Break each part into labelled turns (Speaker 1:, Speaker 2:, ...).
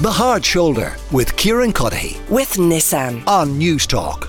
Speaker 1: The Hard Shoulder with Kieran Cuddihy
Speaker 2: with Nissan.
Speaker 1: on News Talk.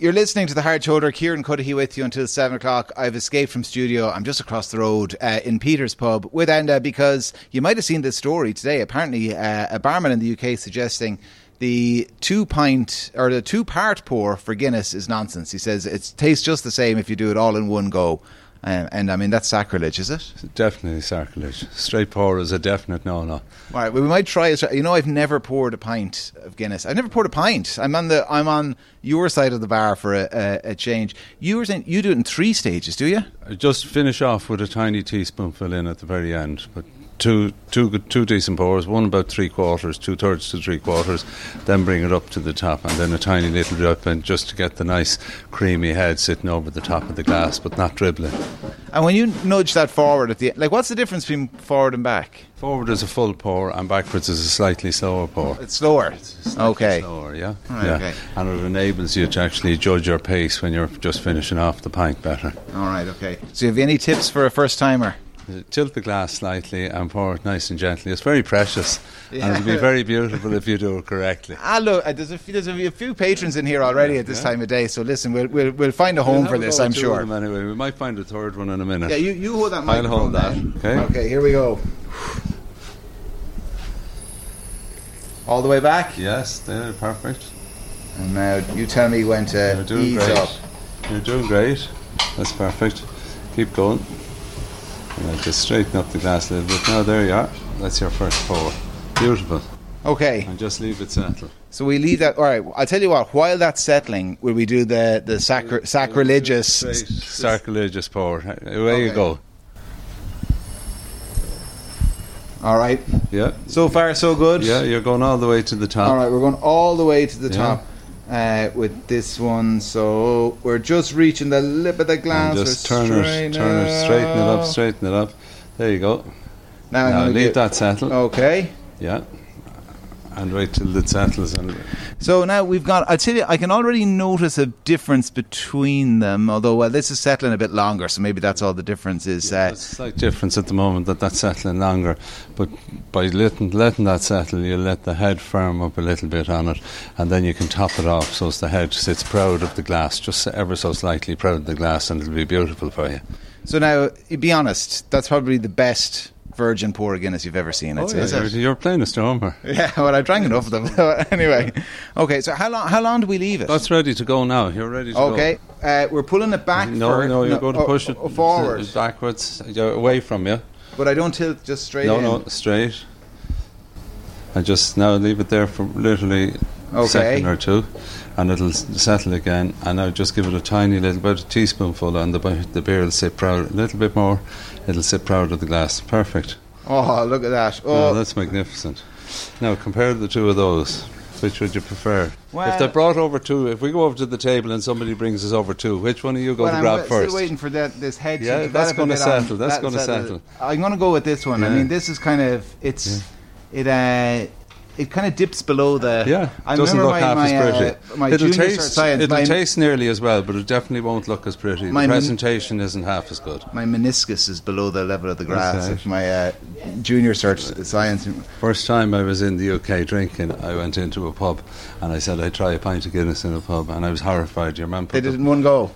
Speaker 3: You're listening to The Hard Shoulder. Kieran Cuddihy with you until 7 o'clock. I've escaped from studio. I'm just across the road uh, in Peter's Pub with Enda because you might have seen this story today. Apparently, uh, a barman in the UK suggesting the two pint or the two part pour for Guinness is nonsense. He says it tastes just the same if you do it all in one go. Um, and I mean, that's sacrilege, is it?
Speaker 4: Definitely sacrilege. Straight pour is a definite no no.
Speaker 3: All right, well, we might try. it. You know, I've never poured a pint of Guinness. I've never poured a pint. I'm on the I'm on your side of the bar for a, a, a change. You were saying you do it in three stages, do you?
Speaker 4: Just finish off with a tiny teaspoonful in at the very end, but two, two, good- two decent pours, one about three quarters, two thirds to three quarters, then bring it up to the top, and then a tiny little drip, and just to get the nice creamy head sitting over the top of the glass, but not dribbling.
Speaker 3: And when you nudge that forward at the like, what's the difference between forward and back?
Speaker 4: Forward is a full pour, and backwards is a slightly slower pour.
Speaker 3: It's slower. okay.
Speaker 4: Slower, yeah,
Speaker 3: Right,
Speaker 4: yeah.
Speaker 3: okay.
Speaker 4: and it enables you to actually judge your pace when you're just finishing off the pint better.
Speaker 3: All right. Okay. So, have you any tips for a first timer?
Speaker 4: Tilt the glass slightly and pour it nice and gently. It's very precious, and it'll
Speaker 3: Yeah.
Speaker 4: be very beautiful if you do it correctly.
Speaker 3: Ah, look, uh, there's a few, there's a few patrons in here already at this time of day. So, listen, we'll we'll, we'll find a home
Speaker 4: We'll
Speaker 3: for
Speaker 4: have a
Speaker 3: this,
Speaker 4: go at
Speaker 3: I'm
Speaker 4: two of
Speaker 3: sure.
Speaker 4: them Anyway, we might find a third one in a minute.
Speaker 3: Yeah, you, you hold that
Speaker 4: I'll
Speaker 3: microphone.
Speaker 4: hold that.
Speaker 3: then.
Speaker 4: Okay.
Speaker 3: Okay. Here we go. All the way back.
Speaker 4: Yes, they're perfect.
Speaker 3: And now you tell me when
Speaker 4: You're
Speaker 3: to
Speaker 4: doing
Speaker 3: ease
Speaker 4: great.
Speaker 3: up.
Speaker 4: You're doing great. That's perfect. Keep going. Yeah, just straighten up the glass a little bit. Now there you are. That's your first pour. Beautiful.
Speaker 3: Okay,
Speaker 4: And just leave it settle.
Speaker 3: so we leave that. All right, I'll tell you what. While that's settling, will we do the the sacri- sacrilegious?
Speaker 4: Straight, sacrilegious pour. Away you
Speaker 3: Okay.
Speaker 4: go.
Speaker 3: All right.
Speaker 4: Yeah.
Speaker 3: So far, so good.
Speaker 4: Yeah, you're going all the way to the top.
Speaker 3: All right, we're going all the way to the
Speaker 4: Yeah.
Speaker 3: top uh, with this one. So we're just reaching the lip of the glass.
Speaker 4: And just
Speaker 3: we're
Speaker 4: turn it, turn it, straighten it up, straighten it up. There you go.
Speaker 3: Now, I'm
Speaker 4: Now
Speaker 3: gonna
Speaker 4: leave
Speaker 3: give-
Speaker 4: that settle.
Speaker 3: Okay.
Speaker 4: Yeah. And wait till it settles. And
Speaker 3: So now we've got. I tell you, I can already notice a difference between them. Although, well, this is settling a bit longer, so maybe that's all the difference is.
Speaker 4: there's
Speaker 3: Uh,
Speaker 4: a slight difference at the moment that that's settling longer. But by letting, letting that settle, you let the head firm up a little bit on it. And then you can top it off so as the head sits proud of the glass, just ever so slightly proud of the glass, and it'll be beautiful for you.
Speaker 3: so now, be honest. That's probably the best virgin pour Guinness you've ever seen. I'd say. Is
Speaker 4: you're,
Speaker 3: it?
Speaker 4: you're playing a stormer.
Speaker 3: Yeah. Well, I drank enough of them. anyway. Okay. So how long? How long do we leave it?
Speaker 4: That's ready to go now. You're ready to go.
Speaker 3: okay. Uh, we're pulling it back.
Speaker 4: No,
Speaker 3: for-
Speaker 4: no, you're going to
Speaker 3: oh,
Speaker 4: push it
Speaker 3: oh, forward,
Speaker 4: backwards, you're away from you.
Speaker 3: but I don't tilt just straight.
Speaker 4: No,
Speaker 3: in.
Speaker 4: no, straight. And just now leave it there for literally
Speaker 3: Okay.
Speaker 4: a second or two, and it'll s- settle again. And now just give it a tiny little bit, a teaspoonful, and the, bi- the beer will sit proud. A little bit more, it'll sit proud of the glass. Perfect.
Speaker 3: Oh, look at that.
Speaker 4: Oh,
Speaker 3: Oh,
Speaker 4: that's magnificent. Now compare the two of those. Which would you prefer?
Speaker 3: Well-
Speaker 4: if they brought over two, if we go over to the table and somebody brings us over two, which one are you going
Speaker 3: Well,
Speaker 4: to
Speaker 3: I'm
Speaker 4: grab
Speaker 3: wa-
Speaker 4: first?
Speaker 3: Still waiting for that this head.
Speaker 4: Yeah,
Speaker 3: to develop
Speaker 4: that's
Speaker 3: a
Speaker 4: gonna
Speaker 3: bit on-
Speaker 4: settle, that's gonna settle.
Speaker 3: I'm going to go with this one. I
Speaker 4: Yeah.
Speaker 3: mean, this is kind of it's it. Uh, it kind of dips below the.
Speaker 4: Yeah,
Speaker 3: I
Speaker 4: doesn't
Speaker 3: remember
Speaker 4: look
Speaker 3: my,
Speaker 4: half
Speaker 3: my,
Speaker 4: as pretty.
Speaker 3: Uh, my
Speaker 4: it'll
Speaker 3: junior
Speaker 4: taste,
Speaker 3: science.
Speaker 4: it'll
Speaker 3: my,
Speaker 4: taste nearly as well, but it definitely won't look as pretty.
Speaker 3: My min-
Speaker 4: The presentation isn't half as good.
Speaker 3: my meniscus is below the level of the grass.
Speaker 4: That's
Speaker 3: If my uh, junior search science.
Speaker 4: First time I was in the UK drinking, I went into a pub and I said I'd try a pint of Guinness in a pub, and I was horrified. Your man
Speaker 3: They
Speaker 4: put
Speaker 3: did it
Speaker 4: the,
Speaker 3: in one go.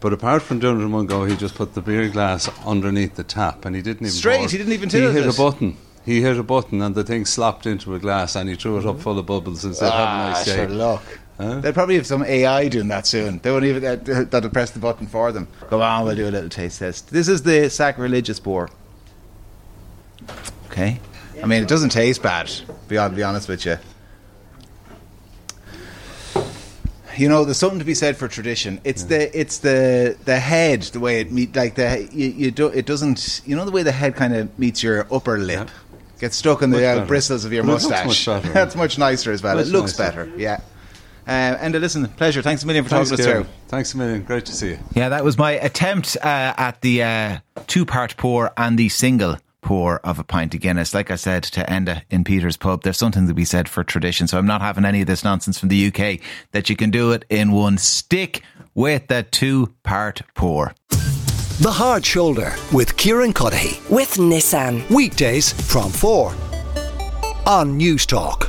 Speaker 4: but apart from doing it in one go, he just put the beer glass underneath the tap, and he didn't even
Speaker 3: Straight,
Speaker 4: pour it.
Speaker 3: he didn't even
Speaker 4: He
Speaker 3: tilt
Speaker 4: hit
Speaker 3: it.
Speaker 4: a button. He hit a button, and the thing slopped into a glass, and he threw it up full of bubbles and said,
Speaker 3: Ah,
Speaker 4: "Have a nice day."
Speaker 3: sure, look. They'll probably have some AI doing that soon. They won't even that, that'll press the button for them. Come on, we'll do a little taste test. This is the sacrilegious boar. Okay, I mean it doesn't taste bad. Be I'll be honest with you. You know, there's something to be said for tradition. It's the it's the the head, the way it meet like the you, you do it doesn't you know the way the head kind of meets your upper lip, gets stuck in
Speaker 4: Much
Speaker 3: the uh,
Speaker 4: better.
Speaker 3: bristles of your
Speaker 4: But it looks
Speaker 3: mustache.
Speaker 4: much better.
Speaker 3: That's much nicer as well.
Speaker 4: Much
Speaker 3: it looks
Speaker 4: nicer.
Speaker 3: better. Yeah. Uh, and uh, listen, pleasure. Thanks a million for
Speaker 4: Thanks,
Speaker 3: talking us through.
Speaker 4: Kieran. Thanks a million. Great to see you.
Speaker 3: Yeah, that was my attempt uh, at the uh, two part pour and the single pour of a pint of Guinness. Like I said to Enda in Peter's Pub, there's something to be said for tradition. So I'm not having any of this nonsense from the UK that you can do it in one stick with the two part pour.
Speaker 1: The Hard Shoulder with Kieran Cuddihy.
Speaker 2: with Nissan.
Speaker 1: Weekdays from 4 on News Talk.